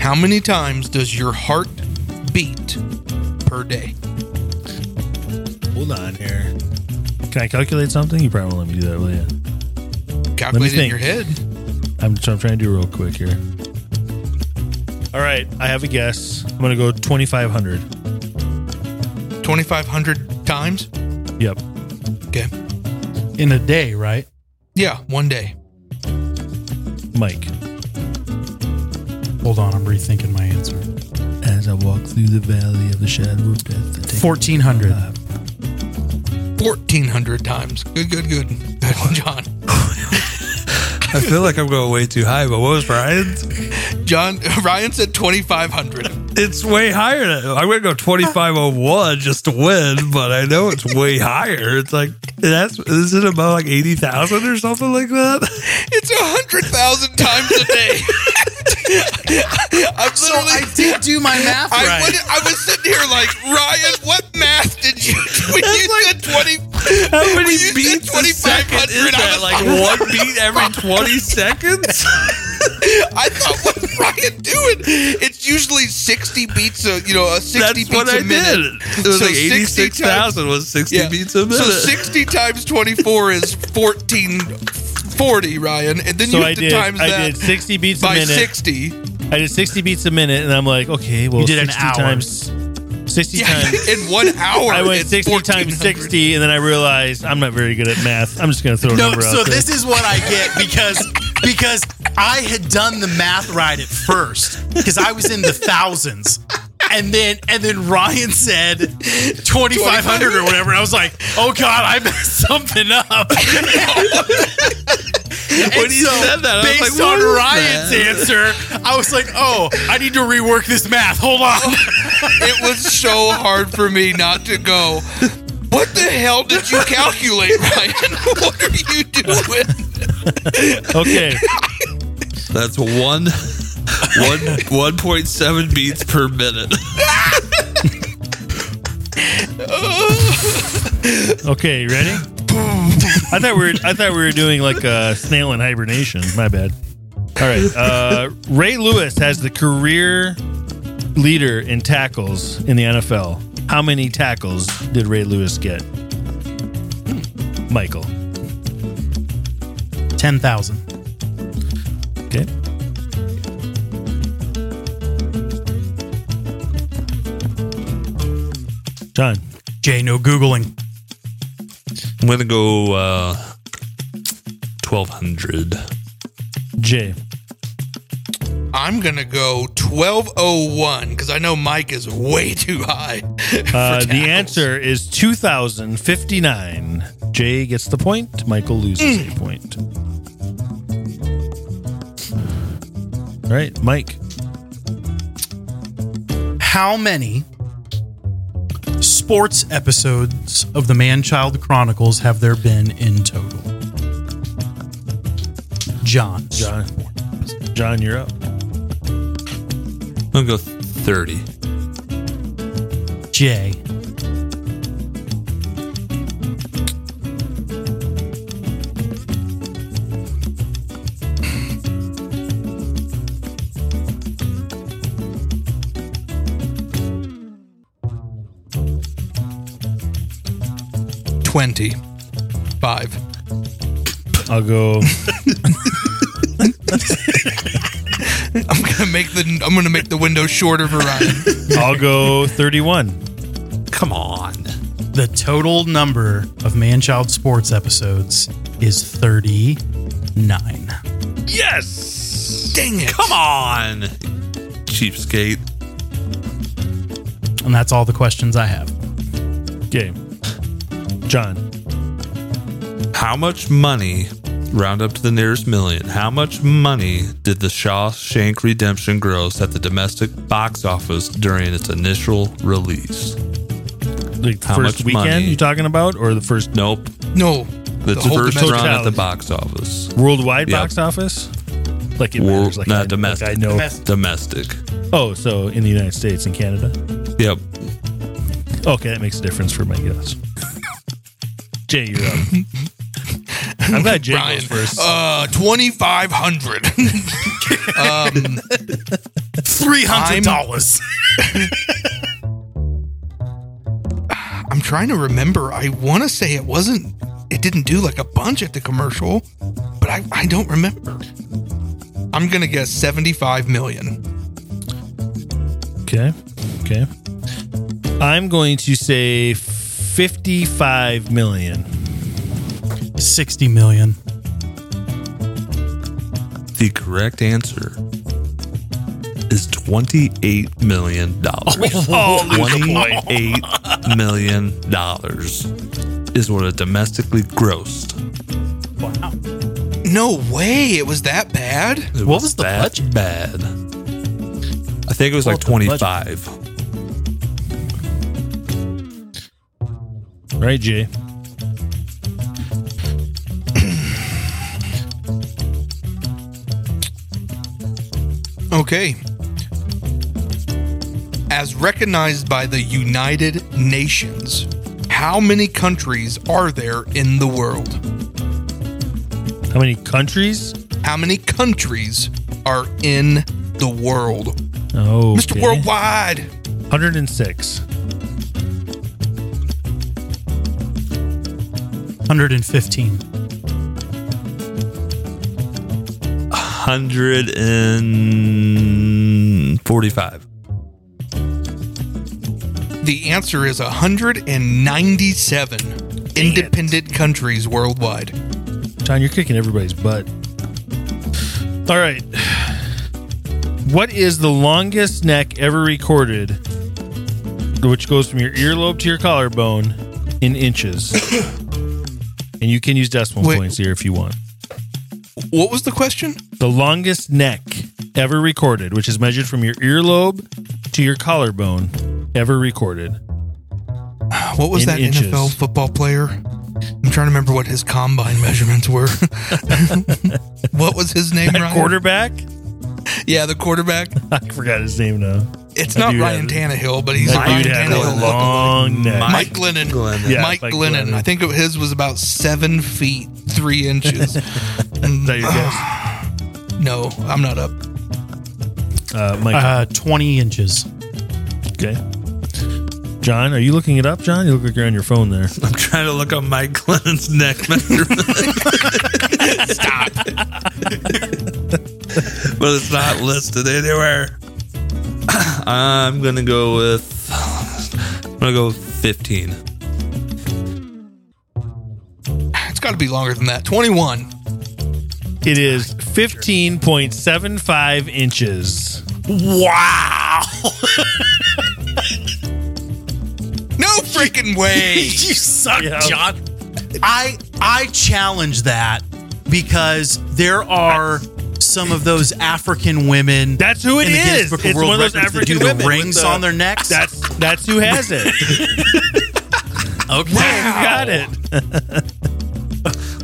[SPEAKER 3] How many times does your heart beat per day?
[SPEAKER 2] Hold on here. Can I calculate something? You probably won't let me do that, will you?
[SPEAKER 3] Calculate it in
[SPEAKER 2] think.
[SPEAKER 3] your head.
[SPEAKER 2] I'm, so I'm trying to do real quick here. All right. I have a guess. I'm going to go 2,500.
[SPEAKER 3] 2,500 times.
[SPEAKER 2] Yep.
[SPEAKER 3] Okay.
[SPEAKER 4] In a day, right?
[SPEAKER 3] Yeah, one day.
[SPEAKER 2] Mike.
[SPEAKER 4] Hold on, I'm rethinking my answer.
[SPEAKER 2] As I walk through the valley of the shadow of death. I take-
[SPEAKER 4] 1400.
[SPEAKER 3] 1,400 times. Good, good, good. Good one, John.
[SPEAKER 5] I feel like I'm going way too high, but what was Brian's?
[SPEAKER 3] John, Ryan said 2,500.
[SPEAKER 5] It's way higher. Than, I'm going to go 2501 just to win, but I know it's way higher. It's like, that's, is it about like 80,000 or something like that?
[SPEAKER 3] It's 100,000 times a day. I'm literally.
[SPEAKER 4] So I did do my math
[SPEAKER 3] I,
[SPEAKER 4] right.
[SPEAKER 3] would, I was sitting here like, Ryan, what math did you do when you said 20?
[SPEAKER 5] How
[SPEAKER 3] when
[SPEAKER 5] many
[SPEAKER 3] you said
[SPEAKER 5] beats a second
[SPEAKER 3] 2,500,
[SPEAKER 5] is
[SPEAKER 3] I
[SPEAKER 5] that?
[SPEAKER 3] was
[SPEAKER 5] Like one beat every 20 seconds?
[SPEAKER 3] I thought, what's Ryan doing? It's usually 60 beats a, you know, a 60
[SPEAKER 5] That's
[SPEAKER 3] beats
[SPEAKER 5] what
[SPEAKER 3] a
[SPEAKER 5] I
[SPEAKER 3] minute.
[SPEAKER 5] did. It was
[SPEAKER 3] So
[SPEAKER 5] like
[SPEAKER 3] 60 times-
[SPEAKER 5] 86,000 was 60 beats a minute.
[SPEAKER 3] So 60 times 24 is 1440, Ryan. And then
[SPEAKER 2] So
[SPEAKER 3] you
[SPEAKER 2] I
[SPEAKER 3] have to
[SPEAKER 2] did.
[SPEAKER 3] times
[SPEAKER 2] I
[SPEAKER 3] that
[SPEAKER 2] did 60 beats a
[SPEAKER 3] by
[SPEAKER 2] minute.
[SPEAKER 3] 60.
[SPEAKER 2] I did 60 beats a minute, and I'm like, okay, well,
[SPEAKER 4] You did an
[SPEAKER 2] 60
[SPEAKER 4] hour.
[SPEAKER 2] times. 60
[SPEAKER 3] Yeah,
[SPEAKER 2] times.
[SPEAKER 3] in one hour.
[SPEAKER 2] I went
[SPEAKER 3] it's
[SPEAKER 2] 60 times
[SPEAKER 3] 1400.
[SPEAKER 2] 60, and then I realized I'm not very good at math. I'm just going to throw a
[SPEAKER 4] No,
[SPEAKER 2] number
[SPEAKER 4] so
[SPEAKER 2] out there.
[SPEAKER 4] this is what I get because because I had done the math right at first because I was in the thousands. And then and then Ryan said 2500 or whatever and I was like, "Oh god, I messed something up."
[SPEAKER 5] When he said that, I was
[SPEAKER 4] based
[SPEAKER 5] like, what
[SPEAKER 4] on
[SPEAKER 5] is
[SPEAKER 4] Ryan's answer, I was like, "Oh, I need to rework this math. Hold on."
[SPEAKER 3] It was so hard for me not to go. What the hell did you calculate, Ryan? What are you doing?
[SPEAKER 2] okay.
[SPEAKER 5] That's one. one one point seven beats per minute.
[SPEAKER 2] Okay, you ready? I thought we were I thought we were doing like a snail in hibernation. My bad. All right. Uh, Ray Lewis has the career leader in tackles in the NFL. How many tackles did Ray Lewis get? Michael.
[SPEAKER 4] 10,000.
[SPEAKER 2] Okay. John.
[SPEAKER 4] Jay, no googling.
[SPEAKER 5] I'm gonna go uh, twelve hundred.
[SPEAKER 2] Jay.
[SPEAKER 3] I'm going to go 1201 because I know Mike is way too high. for
[SPEAKER 2] Uh, the
[SPEAKER 3] tackles.
[SPEAKER 2] answer is 2059. Jay gets the point. Michael loses a point. All right, Mike.
[SPEAKER 4] How many sports episodes of the Man Child Chronicles have there been in total? John.
[SPEAKER 2] John. John, you're up.
[SPEAKER 5] I'm gonna go thirty.
[SPEAKER 4] Jay.
[SPEAKER 3] Twenty five.
[SPEAKER 2] I'll go.
[SPEAKER 3] I'm gonna make the I'm gonna make the window shorter for Ryan.
[SPEAKER 2] I'll go 31.
[SPEAKER 5] Come on.
[SPEAKER 4] The total number of Man Child sports episodes is 39.
[SPEAKER 2] Yes.
[SPEAKER 3] Dang it!
[SPEAKER 5] Come on. Cheapskate.
[SPEAKER 4] And that's all the questions I have.
[SPEAKER 2] Okay. John.
[SPEAKER 5] How much money, round up to the nearest million, how much money did the Shawshank Redemption gross at the domestic box office during its initial release?
[SPEAKER 2] Like the
[SPEAKER 5] How
[SPEAKER 2] first
[SPEAKER 5] much
[SPEAKER 2] weekend
[SPEAKER 5] money?
[SPEAKER 2] you talking about, or the first
[SPEAKER 5] Nope.
[SPEAKER 3] No,
[SPEAKER 5] That's the,
[SPEAKER 3] whole
[SPEAKER 5] first
[SPEAKER 3] domestic-
[SPEAKER 5] run at the
[SPEAKER 2] totality.
[SPEAKER 5] box office.
[SPEAKER 2] worldwide
[SPEAKER 5] Yep.
[SPEAKER 2] box office? Like it
[SPEAKER 5] Wor-
[SPEAKER 2] matters. Like, I,
[SPEAKER 5] not
[SPEAKER 2] like
[SPEAKER 5] domestic.
[SPEAKER 2] I know.
[SPEAKER 5] Domestic.
[SPEAKER 2] Oh, so in the United States and Canada.
[SPEAKER 5] Yep.
[SPEAKER 2] Okay, that makes a difference for my guess. Jay, you're up. I'm glad Jay
[SPEAKER 3] Ryan.
[SPEAKER 2] goes first.
[SPEAKER 3] Uh, twenty five hundred. Um,
[SPEAKER 4] $300.
[SPEAKER 3] I'm trying to remember. I want to say it wasn't. It didn't do like a bunch at the commercial, but I I don't remember. I'm gonna guess seventy five million.
[SPEAKER 2] okay, okay. I'm going to say 55 million.
[SPEAKER 4] 60 million.
[SPEAKER 5] The correct answer is $28 million.
[SPEAKER 4] Oh,
[SPEAKER 2] all lose a point.
[SPEAKER 5] $28 million dollars is what it domestically grossed.
[SPEAKER 4] Wow.
[SPEAKER 3] No way, it was that bad.
[SPEAKER 5] It
[SPEAKER 4] What was the
[SPEAKER 5] that
[SPEAKER 4] budget?
[SPEAKER 5] Bad. I think it was like
[SPEAKER 4] What was the budget?
[SPEAKER 5] 25.
[SPEAKER 2] Right, Jay.
[SPEAKER 3] Okay. As recognized by the United Nations, how many countries are there in the world?
[SPEAKER 2] How many countries?
[SPEAKER 3] How many countries are in the world?
[SPEAKER 2] Oh,
[SPEAKER 3] Mr. Worldwide.
[SPEAKER 2] 106.
[SPEAKER 4] 115.
[SPEAKER 5] 145.
[SPEAKER 3] The answer is 197 independent countries worldwide.
[SPEAKER 2] John, you're kicking everybody's butt. All right. What is the longest neck ever recorded, which goes from your earlobe to your collarbone in inches? and you can use decimal
[SPEAKER 3] Wait.
[SPEAKER 2] points here if you want.
[SPEAKER 3] What was the question?
[SPEAKER 2] The longest neck ever recorded, which is measured from your earlobe to your collarbone, ever recorded.
[SPEAKER 3] What was
[SPEAKER 2] In
[SPEAKER 3] that
[SPEAKER 2] inches.
[SPEAKER 3] NFL football player? I'm trying to remember what his combine measurements were. what was his name?
[SPEAKER 2] That
[SPEAKER 3] Ryan?
[SPEAKER 2] quarterback?
[SPEAKER 3] Yeah, the quarterback.
[SPEAKER 2] I forgot his name now.
[SPEAKER 3] It's
[SPEAKER 2] That
[SPEAKER 3] not
[SPEAKER 2] dude
[SPEAKER 3] Ryan
[SPEAKER 2] had-
[SPEAKER 3] Tannehill, but he's
[SPEAKER 2] That
[SPEAKER 3] Ryan
[SPEAKER 2] dude had a
[SPEAKER 3] Tannehill.
[SPEAKER 2] long neck.
[SPEAKER 3] Mike Glennon.
[SPEAKER 5] Glennon.
[SPEAKER 2] Yeah,
[SPEAKER 3] Mike,
[SPEAKER 2] Mike
[SPEAKER 3] Glennon.
[SPEAKER 2] Glennon.
[SPEAKER 3] I think his was about seven feet three inches. Mm,
[SPEAKER 2] Is that your guess?
[SPEAKER 3] no, I'm not up.
[SPEAKER 2] Uh, Mike.
[SPEAKER 4] Uh, 20 inches.
[SPEAKER 2] Okay. John, are you looking it up, John? You look like you're on your phone there.
[SPEAKER 5] I'm trying to look up Mike Glennon's neck measurement. Stop. but it's not listed anywhere. I'm gonna go with. I'm gonna go with 15.
[SPEAKER 3] It's got to be longer than that. 21.
[SPEAKER 2] It is 15.75 inches.
[SPEAKER 4] Wow.
[SPEAKER 3] No freaking way.
[SPEAKER 4] you suck,
[SPEAKER 2] Yeah.
[SPEAKER 4] John. I I challenge that because there are some of those African women.
[SPEAKER 2] That's who it
[SPEAKER 4] in the Guinness
[SPEAKER 2] is.
[SPEAKER 4] Book of
[SPEAKER 2] It's
[SPEAKER 4] World
[SPEAKER 2] one of those
[SPEAKER 4] Records that
[SPEAKER 2] African
[SPEAKER 4] do the
[SPEAKER 2] women with
[SPEAKER 4] rings
[SPEAKER 2] the-
[SPEAKER 4] on their necks.
[SPEAKER 2] That's that's who has it.
[SPEAKER 4] okay.
[SPEAKER 2] You got it.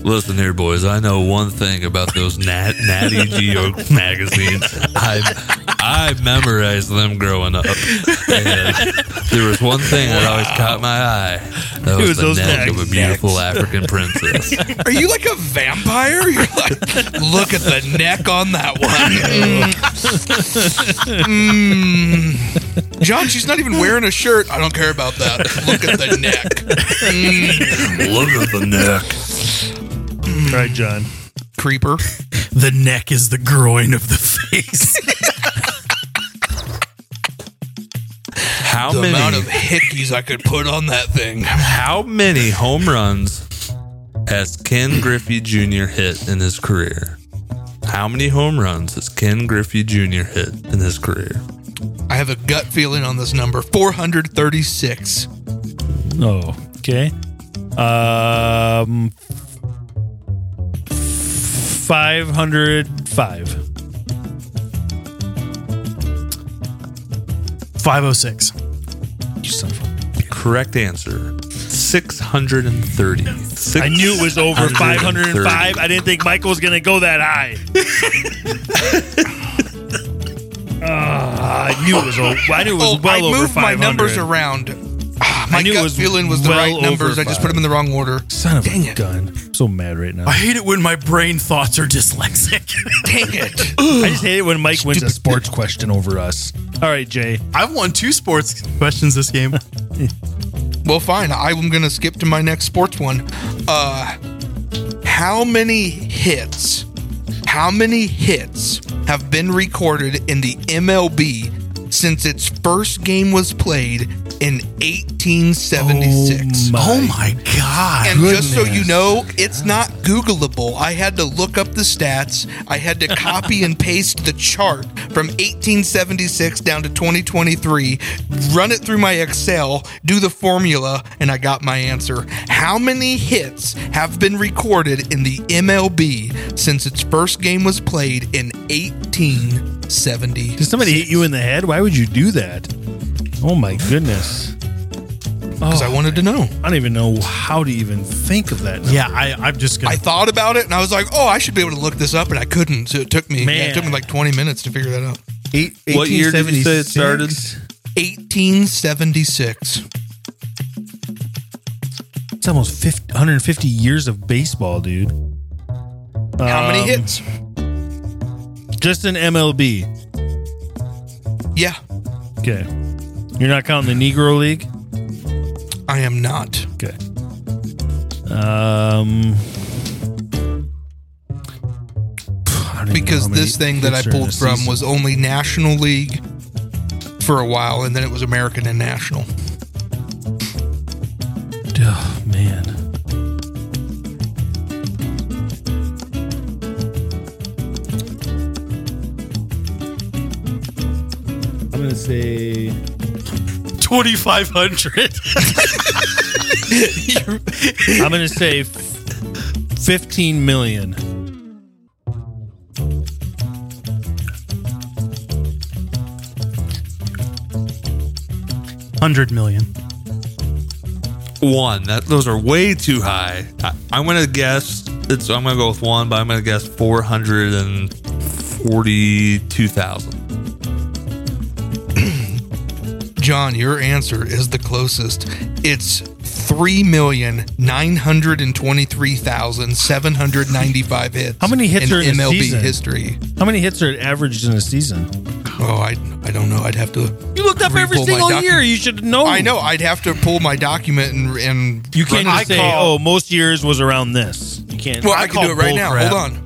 [SPEAKER 5] Listen here, boys. I know one thing about those nat- Natty Geo magazines. I I memorized them growing up. And there was one thing that always caught my eye. That was,
[SPEAKER 2] was
[SPEAKER 5] the
[SPEAKER 2] those
[SPEAKER 5] neck
[SPEAKER 2] necks.
[SPEAKER 5] of a beautiful African princess.
[SPEAKER 3] Are you like a vampire? You're like, look at the neck on that one. Mm. Mm. John, she's not even wearing a shirt. I don't care about that. Look at the neck.
[SPEAKER 5] Look at the neck.
[SPEAKER 4] Hmm.
[SPEAKER 2] All right, John.
[SPEAKER 3] Creeper.
[SPEAKER 4] The neck is the groin of the face.
[SPEAKER 5] How
[SPEAKER 3] The
[SPEAKER 5] many?
[SPEAKER 3] amount of hickeys I could put on that thing.
[SPEAKER 5] how many home runs has Ken Griffey Jr. hit in his career? How many home runs has Ken Griffey Jr. hit in his career?
[SPEAKER 3] I have a gut feeling on this number 436.
[SPEAKER 2] Oh, okay. Um 505.
[SPEAKER 4] 506.
[SPEAKER 2] You son of a-
[SPEAKER 5] Correct answer 630.
[SPEAKER 2] I knew it was over 505. I didn't think Michael was going to go that high. Ah, I knew it was. o- I knew it was well
[SPEAKER 3] Oh, I
[SPEAKER 2] over
[SPEAKER 3] moved
[SPEAKER 2] 500.
[SPEAKER 3] my numbers around. Ah, My
[SPEAKER 2] knew it
[SPEAKER 3] gut
[SPEAKER 2] was
[SPEAKER 3] feeling was the
[SPEAKER 2] well
[SPEAKER 3] right numbers.
[SPEAKER 2] over
[SPEAKER 3] I just put
[SPEAKER 2] five.
[SPEAKER 3] them in the wrong order.
[SPEAKER 2] Son of
[SPEAKER 3] Dang
[SPEAKER 2] a
[SPEAKER 3] it.
[SPEAKER 2] gun! I'm so mad right now.
[SPEAKER 4] I
[SPEAKER 2] I
[SPEAKER 4] hate it when my brain thoughts are dyslexic.
[SPEAKER 3] Dang it.
[SPEAKER 2] just hate it when Mike wins a sports question over us. All right, Jay.
[SPEAKER 4] I've won two sports questions this game.
[SPEAKER 3] Well, fine. I'm going to skip to my next sports one. Uh, how many hits? How many hits have been recorded in the MLB since its first game was played in 1876.
[SPEAKER 4] Oh my god!
[SPEAKER 3] And just so you know, it's not Googleable. I had to look up the stats. I had to copy and paste the chart from 1876 down to 2023, run it through my Excel, do the formula, and I got my answer. How many hits have been recorded in the MLB since its first game was played in 1870?
[SPEAKER 2] Did somebody hit you in the head? Why would you do that? Oh my goodness.
[SPEAKER 3] Because
[SPEAKER 2] Oh,
[SPEAKER 3] I wanted to know.
[SPEAKER 2] I don't even know how to even think of that.
[SPEAKER 4] yeah, I, I'm just gonna.
[SPEAKER 3] I thought about it and I was like, oh, I should be able to look this up, and I couldn't. So it took me, yeah, it took me
[SPEAKER 2] Man.
[SPEAKER 3] like 20 minutes to figure that out.
[SPEAKER 2] Eight,
[SPEAKER 5] What year did you say it started?
[SPEAKER 3] 1876.
[SPEAKER 2] It's almost 50, 150 years of baseball, dude.
[SPEAKER 3] How many
[SPEAKER 2] Um,
[SPEAKER 3] hits?
[SPEAKER 2] Just in MLB.
[SPEAKER 3] Yeah,
[SPEAKER 2] Okay. You're not counting the Negro League?
[SPEAKER 3] I am not.
[SPEAKER 2] Okay. Um. I don't even know
[SPEAKER 3] Because
[SPEAKER 2] how many
[SPEAKER 3] this thing that I
[SPEAKER 2] hits are in a
[SPEAKER 3] pulled from
[SPEAKER 2] season.
[SPEAKER 3] was only National League for a while, and then it was American and National.
[SPEAKER 2] Oh, man. I'm going to say.
[SPEAKER 4] 2,500.
[SPEAKER 2] I'm going to say f- 15 million.
[SPEAKER 4] Hundred million.
[SPEAKER 5] One. That those are way too high. I, I'm gonna guess. It's. I'm gonna go with one, but I'm gonna guess four hundred and forty-two thousand.
[SPEAKER 3] John, your answer is the closest. It's 3,923,795 hits.
[SPEAKER 2] How many hits
[SPEAKER 3] in
[SPEAKER 2] are in a
[SPEAKER 3] MLB
[SPEAKER 2] season?
[SPEAKER 3] history?
[SPEAKER 2] How many hits are averaged in a season?
[SPEAKER 3] Oh, I, I don't know. I'd have to
[SPEAKER 2] You looked up every
[SPEAKER 3] Repull my
[SPEAKER 2] single
[SPEAKER 3] document.
[SPEAKER 2] year. You should know.
[SPEAKER 3] I know. I'd have to pull my document and and
[SPEAKER 2] You can't
[SPEAKER 3] run-
[SPEAKER 2] just say, oh, most years was around this. You can't.
[SPEAKER 3] Well, I, can
[SPEAKER 4] call
[SPEAKER 3] do it right
[SPEAKER 4] bull
[SPEAKER 3] now.
[SPEAKER 4] crap.
[SPEAKER 3] Hold on.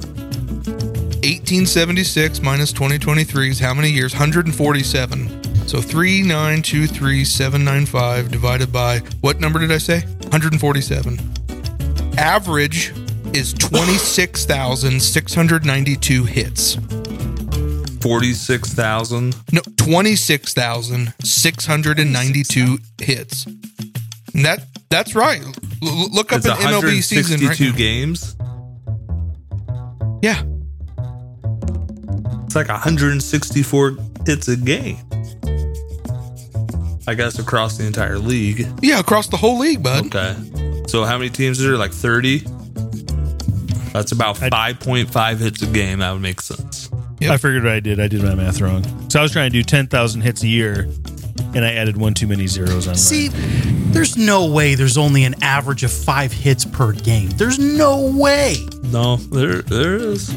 [SPEAKER 3] 1876 minus 2023 is how many years? 147. So 3923795 divided by what number did I say? 147. Average is 26,692 hits.
[SPEAKER 5] Forty-six thousand.
[SPEAKER 3] No, 26,692 hits. And that that's right. L- l- look up
[SPEAKER 5] It's
[SPEAKER 3] an MLB season right
[SPEAKER 5] 162
[SPEAKER 3] now.
[SPEAKER 5] games.
[SPEAKER 3] Yeah.
[SPEAKER 5] It's like 164 hits a game. I guess across the entire league.
[SPEAKER 3] Yeah, across the whole league, bud.
[SPEAKER 5] Okay. So how many teams are there? Like 30? That's about 5.5 hits a game. That would make sense.
[SPEAKER 3] Yep.
[SPEAKER 2] I figured what I did. I did my math wrong. So I was trying to do 10,000 hits a year, and I added one too many zeros on mine.
[SPEAKER 4] See, there's no way there's only an average of five hits per game. There's no way.
[SPEAKER 5] No, there there is.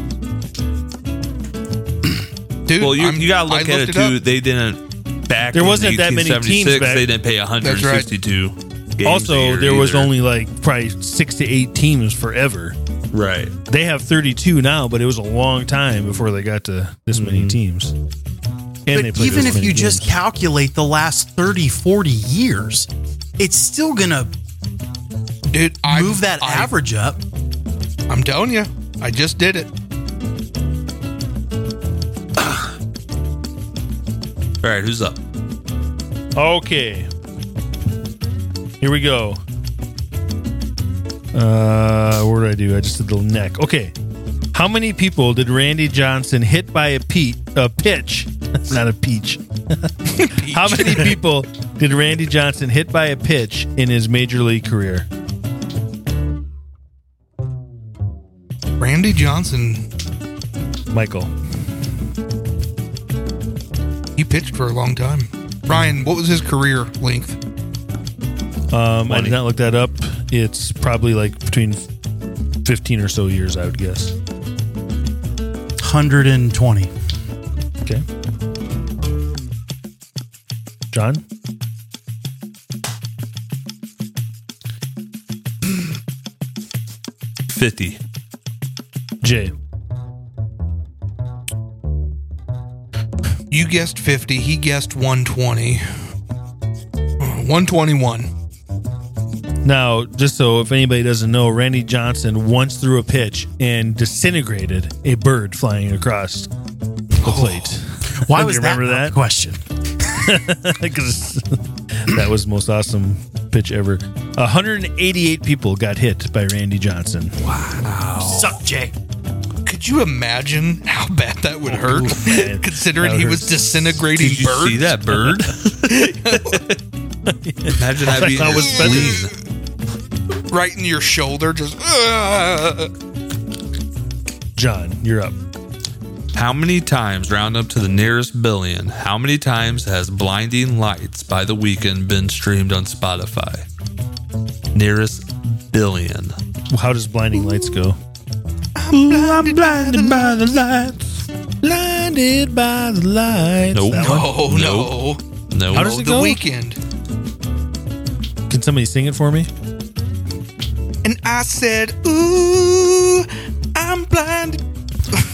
[SPEAKER 3] Dude,
[SPEAKER 5] Well, you,
[SPEAKER 3] I'm-
[SPEAKER 5] you got to
[SPEAKER 3] I
[SPEAKER 5] look at
[SPEAKER 3] looked
[SPEAKER 5] it
[SPEAKER 3] up.
[SPEAKER 5] too. They didn't back
[SPEAKER 2] There
[SPEAKER 5] in
[SPEAKER 2] wasn't that many teams
[SPEAKER 5] 1876,
[SPEAKER 2] back-
[SPEAKER 5] They didn't pay
[SPEAKER 3] right.
[SPEAKER 5] 162. games
[SPEAKER 2] also,
[SPEAKER 5] a year
[SPEAKER 2] there was
[SPEAKER 5] either.
[SPEAKER 2] only like probably six to eight teams forever.
[SPEAKER 5] right.
[SPEAKER 2] They have 32 now, but it was a long time before they got to this
[SPEAKER 3] Mm-hmm.
[SPEAKER 2] many teams. And they
[SPEAKER 4] But
[SPEAKER 2] played
[SPEAKER 4] even
[SPEAKER 2] this
[SPEAKER 4] if
[SPEAKER 2] many
[SPEAKER 4] you just
[SPEAKER 2] games.
[SPEAKER 4] calculate the last 30, 40 years, it's still going to
[SPEAKER 3] dude, I'm-
[SPEAKER 4] move that
[SPEAKER 3] I-
[SPEAKER 4] average up.
[SPEAKER 3] I'm telling you, I just did it.
[SPEAKER 5] All right, who's up?
[SPEAKER 2] okay, here we go. Uh, what did I do? I just did the neck. Okay, how many people did Randy Johnson hit by a peat a pitch? Not a peach. How many people did Randy Johnson hit by a pitch in his major league career?
[SPEAKER 3] Randy Johnson,
[SPEAKER 2] Michael.
[SPEAKER 3] he pitched for a long time. Ryan, what was his career length?
[SPEAKER 2] Um, I did not look that up. It's probably like between 15 or so years, I would guess.
[SPEAKER 4] 120.
[SPEAKER 2] Okay. John?
[SPEAKER 5] Fifty.
[SPEAKER 2] Jay.
[SPEAKER 3] You guessed 50, he guessed 120. Oh, 121.
[SPEAKER 2] Now, just so if anybody doesn't know, Randy Johnson once threw a pitch and disintegrated a bird flying across the Oh. plate.
[SPEAKER 4] Why
[SPEAKER 2] Do
[SPEAKER 4] was
[SPEAKER 2] you
[SPEAKER 4] that,
[SPEAKER 2] remember
[SPEAKER 4] not
[SPEAKER 2] that?
[SPEAKER 4] the question?
[SPEAKER 2] 'Cause that was the most awesome pitch ever. 188 people got hit by Randy Johnson.
[SPEAKER 4] Suck, Jay.
[SPEAKER 3] Could you imagine how bad that would hurt?
[SPEAKER 2] man.
[SPEAKER 3] Considering
[SPEAKER 2] That
[SPEAKER 3] he was
[SPEAKER 2] hurts.
[SPEAKER 3] disintegrating
[SPEAKER 5] Did you
[SPEAKER 3] birds.
[SPEAKER 5] see that bird? Imagine that being
[SPEAKER 2] That was better.
[SPEAKER 5] lean.
[SPEAKER 3] Right in your shoulder, just. uh, "Ugh."
[SPEAKER 2] John, you're up.
[SPEAKER 5] How many times, round up to the nearest billion, how many times has Blinding Lights by the Weekend been streamed on Spotify? Nearest billion.
[SPEAKER 2] How does blinding lights go?
[SPEAKER 5] I'm blinded by the lights.
[SPEAKER 2] Blinded by the lights.
[SPEAKER 5] Nope.
[SPEAKER 2] That one?
[SPEAKER 3] Oh, no.
[SPEAKER 5] No.
[SPEAKER 2] How does it
[SPEAKER 3] the
[SPEAKER 2] go?
[SPEAKER 3] weekend.
[SPEAKER 2] Can somebody sing it for me?
[SPEAKER 3] And I said, Ooh, I'm blinded.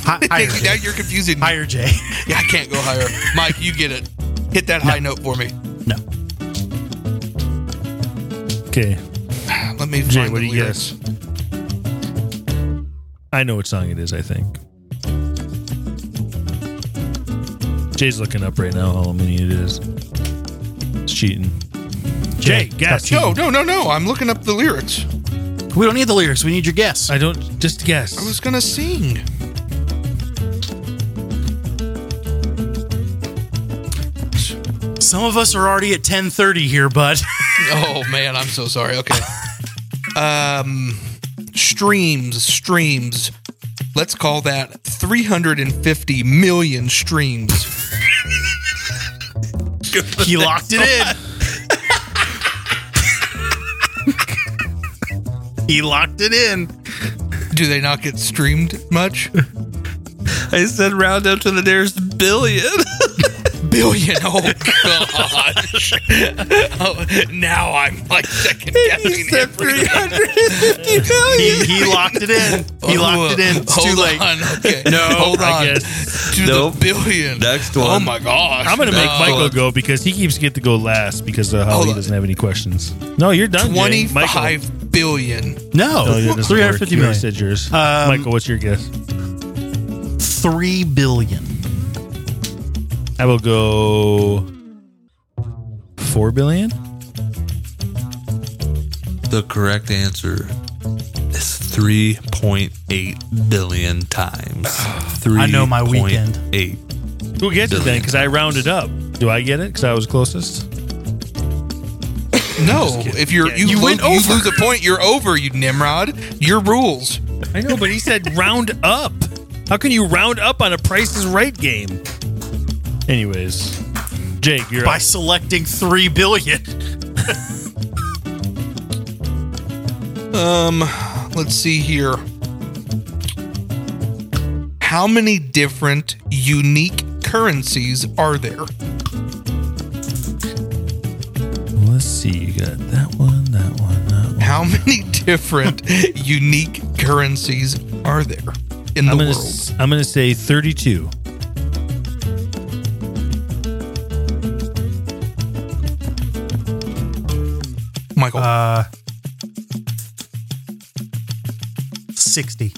[SPEAKER 4] Hi- higher,
[SPEAKER 3] now
[SPEAKER 4] Jay.
[SPEAKER 3] you're confusing me.
[SPEAKER 4] higher, Jay.
[SPEAKER 3] Yeah, I can't go higher. Mike, you get it. Hit that high note for me.
[SPEAKER 4] No.
[SPEAKER 2] Okay.
[SPEAKER 3] Let me find
[SPEAKER 2] Jay, what do
[SPEAKER 3] the
[SPEAKER 2] you
[SPEAKER 3] lyrics.
[SPEAKER 2] guess? I know what song it is, I think. Jay's looking up right now how many it is. It's cheating. Jay,
[SPEAKER 4] stop
[SPEAKER 2] guess.
[SPEAKER 3] No, no, no, no. I'm looking up the lyrics.
[SPEAKER 4] We don't need the lyrics. We need your guess.
[SPEAKER 2] I don't just guess.
[SPEAKER 3] I was gonna sing.
[SPEAKER 4] Some of us are already at 10:30 here, bud.
[SPEAKER 3] Oh man, I'm so sorry. Okay. Um, streams, streams. Let's call that 350 million streams.
[SPEAKER 4] he locked it in. he locked it in.
[SPEAKER 3] Do they not get streamed much?
[SPEAKER 5] I said round up to the nearest billion.
[SPEAKER 3] Billion. Oh gosh. Oh, now I'm like second guessing everything.
[SPEAKER 5] 350
[SPEAKER 4] He, he locked it in. He locked it in. It's too
[SPEAKER 3] Hold
[SPEAKER 4] late.
[SPEAKER 3] on. Okay. No, hold on.
[SPEAKER 2] I
[SPEAKER 3] To
[SPEAKER 5] Nope.
[SPEAKER 3] the billion.
[SPEAKER 5] Next
[SPEAKER 3] Oh
[SPEAKER 5] one.
[SPEAKER 3] my gosh. Uh,
[SPEAKER 2] I'm gonna make
[SPEAKER 3] No.
[SPEAKER 2] Michael go because he keeps get to go last because of how
[SPEAKER 3] Hold
[SPEAKER 2] he
[SPEAKER 3] on.
[SPEAKER 2] doesn't have any questions. No, you're done. Jay. Michael.
[SPEAKER 3] 25 billion.
[SPEAKER 4] No,
[SPEAKER 2] No, yours doesn't
[SPEAKER 4] three hundred
[SPEAKER 2] work.
[SPEAKER 4] fifty
[SPEAKER 2] You already
[SPEAKER 4] million.
[SPEAKER 2] Said yours.
[SPEAKER 4] Um,
[SPEAKER 2] Michael, what's your guess?
[SPEAKER 4] Three billion.
[SPEAKER 2] I will go four billion.
[SPEAKER 5] The correct answer is 3.8 billion times. Three.
[SPEAKER 4] I know my weekend.
[SPEAKER 5] Eight.
[SPEAKER 2] Who gets it then? Because I rounded up. Do I get it? Because I was closest.
[SPEAKER 3] No, if you're you,
[SPEAKER 4] you
[SPEAKER 3] lose,
[SPEAKER 4] went
[SPEAKER 3] you lose a point, you're over. You Nimrod, your rules.
[SPEAKER 2] I know, but he said round up. How can you round up on a Price is Right game? Anyways, Jake, you're
[SPEAKER 4] By
[SPEAKER 2] up.
[SPEAKER 4] selecting three billion.
[SPEAKER 3] Um, let's see here. How many different unique currencies are there?
[SPEAKER 2] Let's see. You got that one, that one, that one.
[SPEAKER 3] How many different unique currencies are there in
[SPEAKER 2] I'm
[SPEAKER 3] the
[SPEAKER 2] gonna,
[SPEAKER 3] world?
[SPEAKER 2] s- I'm gonna say 32.
[SPEAKER 3] Michael,
[SPEAKER 4] Uh, sixty.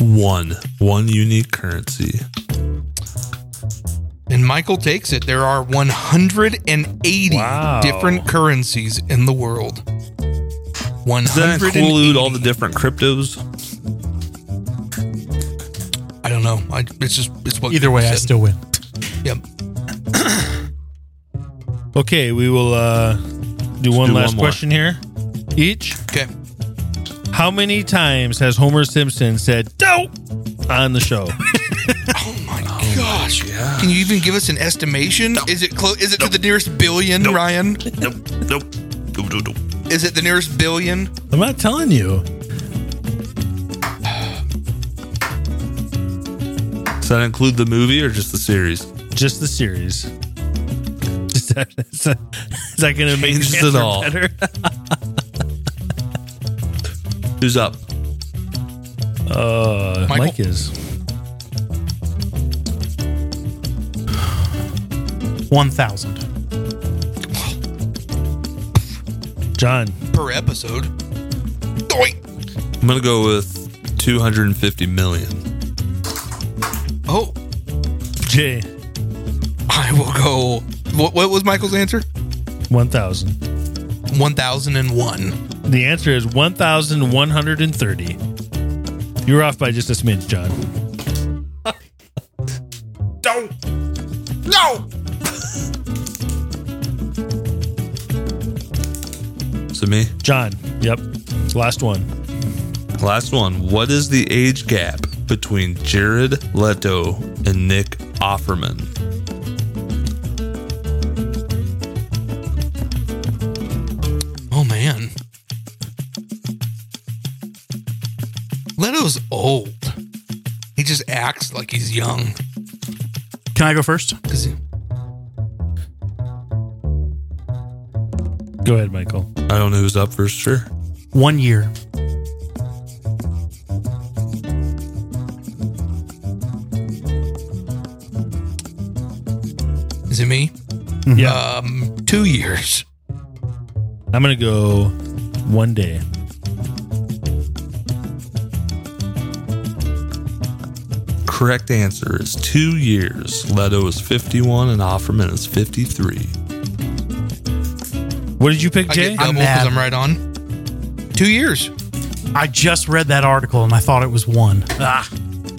[SPEAKER 5] One. One unique currency.
[SPEAKER 3] and Michael takes it. There are 180
[SPEAKER 2] Wow.
[SPEAKER 3] different currencies in the world.
[SPEAKER 5] Does that
[SPEAKER 3] 180.
[SPEAKER 5] include all the different cryptos?
[SPEAKER 3] I don't know. I, it's just it's what
[SPEAKER 4] Either way, I
[SPEAKER 3] said.
[SPEAKER 4] still win.
[SPEAKER 3] Yep.
[SPEAKER 2] Okay, we will uh, do one
[SPEAKER 5] do
[SPEAKER 2] last
[SPEAKER 5] one more.
[SPEAKER 2] question here. Each.
[SPEAKER 3] Okay.
[SPEAKER 2] How many times has Homer Simpson said "dope" on the show?
[SPEAKER 3] My gosh. Can you even give us an estimation? Is it close? Is it to the nearest billion, Ryan? Nope.
[SPEAKER 5] Nope. Nope, nope, nope.
[SPEAKER 3] Is it the nearest billion?
[SPEAKER 2] I'm not telling you.
[SPEAKER 5] Does that include the movie or just the series?
[SPEAKER 2] Just the series. Is that, is that, is that going to make
[SPEAKER 5] Changes
[SPEAKER 2] the
[SPEAKER 5] it
[SPEAKER 2] answer
[SPEAKER 5] all.
[SPEAKER 2] better?
[SPEAKER 5] Who's up?
[SPEAKER 2] Uh,
[SPEAKER 3] Michael?
[SPEAKER 2] Mike is.
[SPEAKER 4] One thousand.
[SPEAKER 2] John,
[SPEAKER 3] per episode. Doink.
[SPEAKER 5] I'm gonna go with 250 million.
[SPEAKER 3] Oh,
[SPEAKER 2] Jay,
[SPEAKER 3] I will go. What, what was Michael's answer?
[SPEAKER 2] 1,000.
[SPEAKER 3] 1001.
[SPEAKER 2] The answer is 1,130. You were off by just a smidge, John.
[SPEAKER 3] No!
[SPEAKER 5] So me.
[SPEAKER 2] John, yep. Last one.
[SPEAKER 5] Last one. What is the age gap between Jared Leto and Nick Offerman?
[SPEAKER 3] Oh, man. Leto's old. He just acts like he's young.
[SPEAKER 4] Can I go first?
[SPEAKER 3] 'Cause he-
[SPEAKER 2] Go ahead, Michael.
[SPEAKER 5] I don't know who's up for sure.
[SPEAKER 4] One year.
[SPEAKER 3] Is it me?
[SPEAKER 2] Mm-hmm. Yeah.
[SPEAKER 3] Um, two years.
[SPEAKER 2] I'm going to go one day.
[SPEAKER 5] Correct answer is two years. Leto is 51 and Offerman is 53.
[SPEAKER 2] What did you pick,
[SPEAKER 3] I
[SPEAKER 2] Jay?
[SPEAKER 3] get double because
[SPEAKER 4] mad.
[SPEAKER 3] I'm right on. Two years.
[SPEAKER 4] I just read that article and I thought it was one. Ah,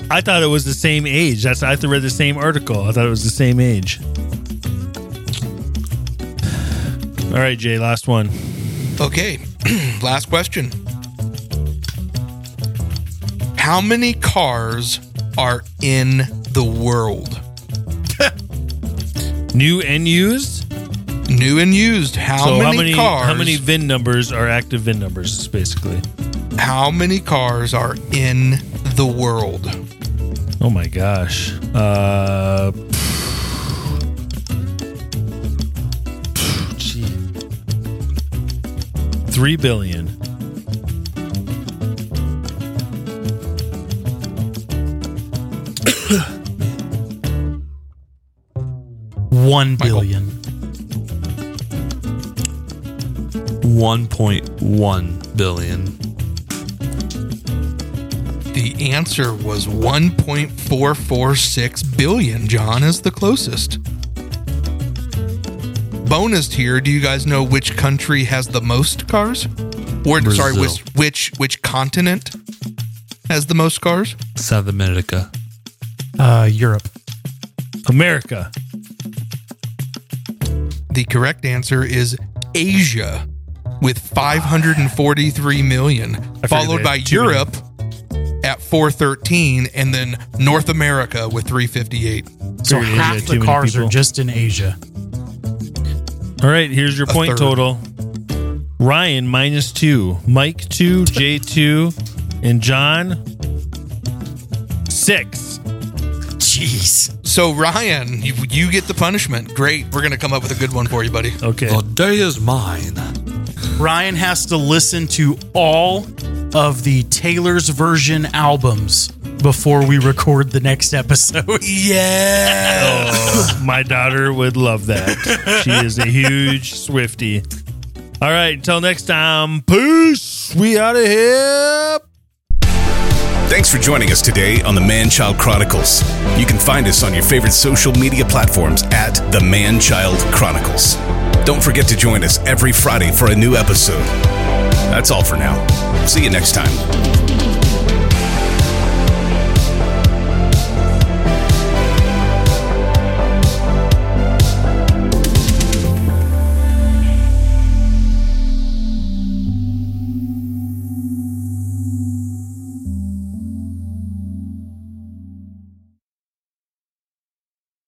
[SPEAKER 2] I thought it was the same age. That's I read the same article. I thought it was the same age. All right, Jay, last one.
[SPEAKER 3] Okay, last question. How many cars are in the world?
[SPEAKER 2] New and used.
[SPEAKER 3] New and used. How,
[SPEAKER 2] so
[SPEAKER 3] many,
[SPEAKER 2] how many
[SPEAKER 3] cars?
[SPEAKER 2] how many VIN numbers are active VIN numbers basically?
[SPEAKER 3] How many cars are in the world?
[SPEAKER 2] Oh my gosh. Uh gee. 3 billion.
[SPEAKER 4] one
[SPEAKER 3] Michael.
[SPEAKER 4] billion.
[SPEAKER 5] 1.1 billion.
[SPEAKER 3] The answer was 1.446 billion. John is the closest. Bonus here. Do you guys know which country has the most cars? Or sorry,
[SPEAKER 5] Brazil.
[SPEAKER 3] which, which which continent has the most cars?
[SPEAKER 5] South America.
[SPEAKER 4] Uh, Europe.
[SPEAKER 2] America.
[SPEAKER 3] The correct answer is Asia with 543 million,
[SPEAKER 2] they
[SPEAKER 3] followed by
[SPEAKER 2] had too many.
[SPEAKER 3] Europe at 413 and then North America with 358.
[SPEAKER 4] So
[SPEAKER 2] Figured they had
[SPEAKER 4] half
[SPEAKER 2] too
[SPEAKER 4] the
[SPEAKER 2] many
[SPEAKER 4] cars
[SPEAKER 2] people.
[SPEAKER 4] are just in Asia.
[SPEAKER 2] All right, here's your
[SPEAKER 3] A
[SPEAKER 2] point
[SPEAKER 3] third.
[SPEAKER 2] total. Ryan minus two, Mike two, Jay two, and John six.
[SPEAKER 4] Jeez.
[SPEAKER 3] So Ryan, you, you get the punishment. Great. We're going to come up with a good one for you, buddy.
[SPEAKER 2] Okay.
[SPEAKER 5] The day is mine.
[SPEAKER 4] Ryan has to listen to all of the Taylor's version albums before we record the next episode.
[SPEAKER 3] Yeah.
[SPEAKER 2] My daughter would love that. she is a huge Swifty. All right, until next time, peace. We out of here.
[SPEAKER 1] Thanks for joining us today on the Man Child Chronicles. You can find us on your favorite social media platforms at the Man Child Chronicles. Don't forget to join us every Friday for a new episode. That's all for now. See you next time.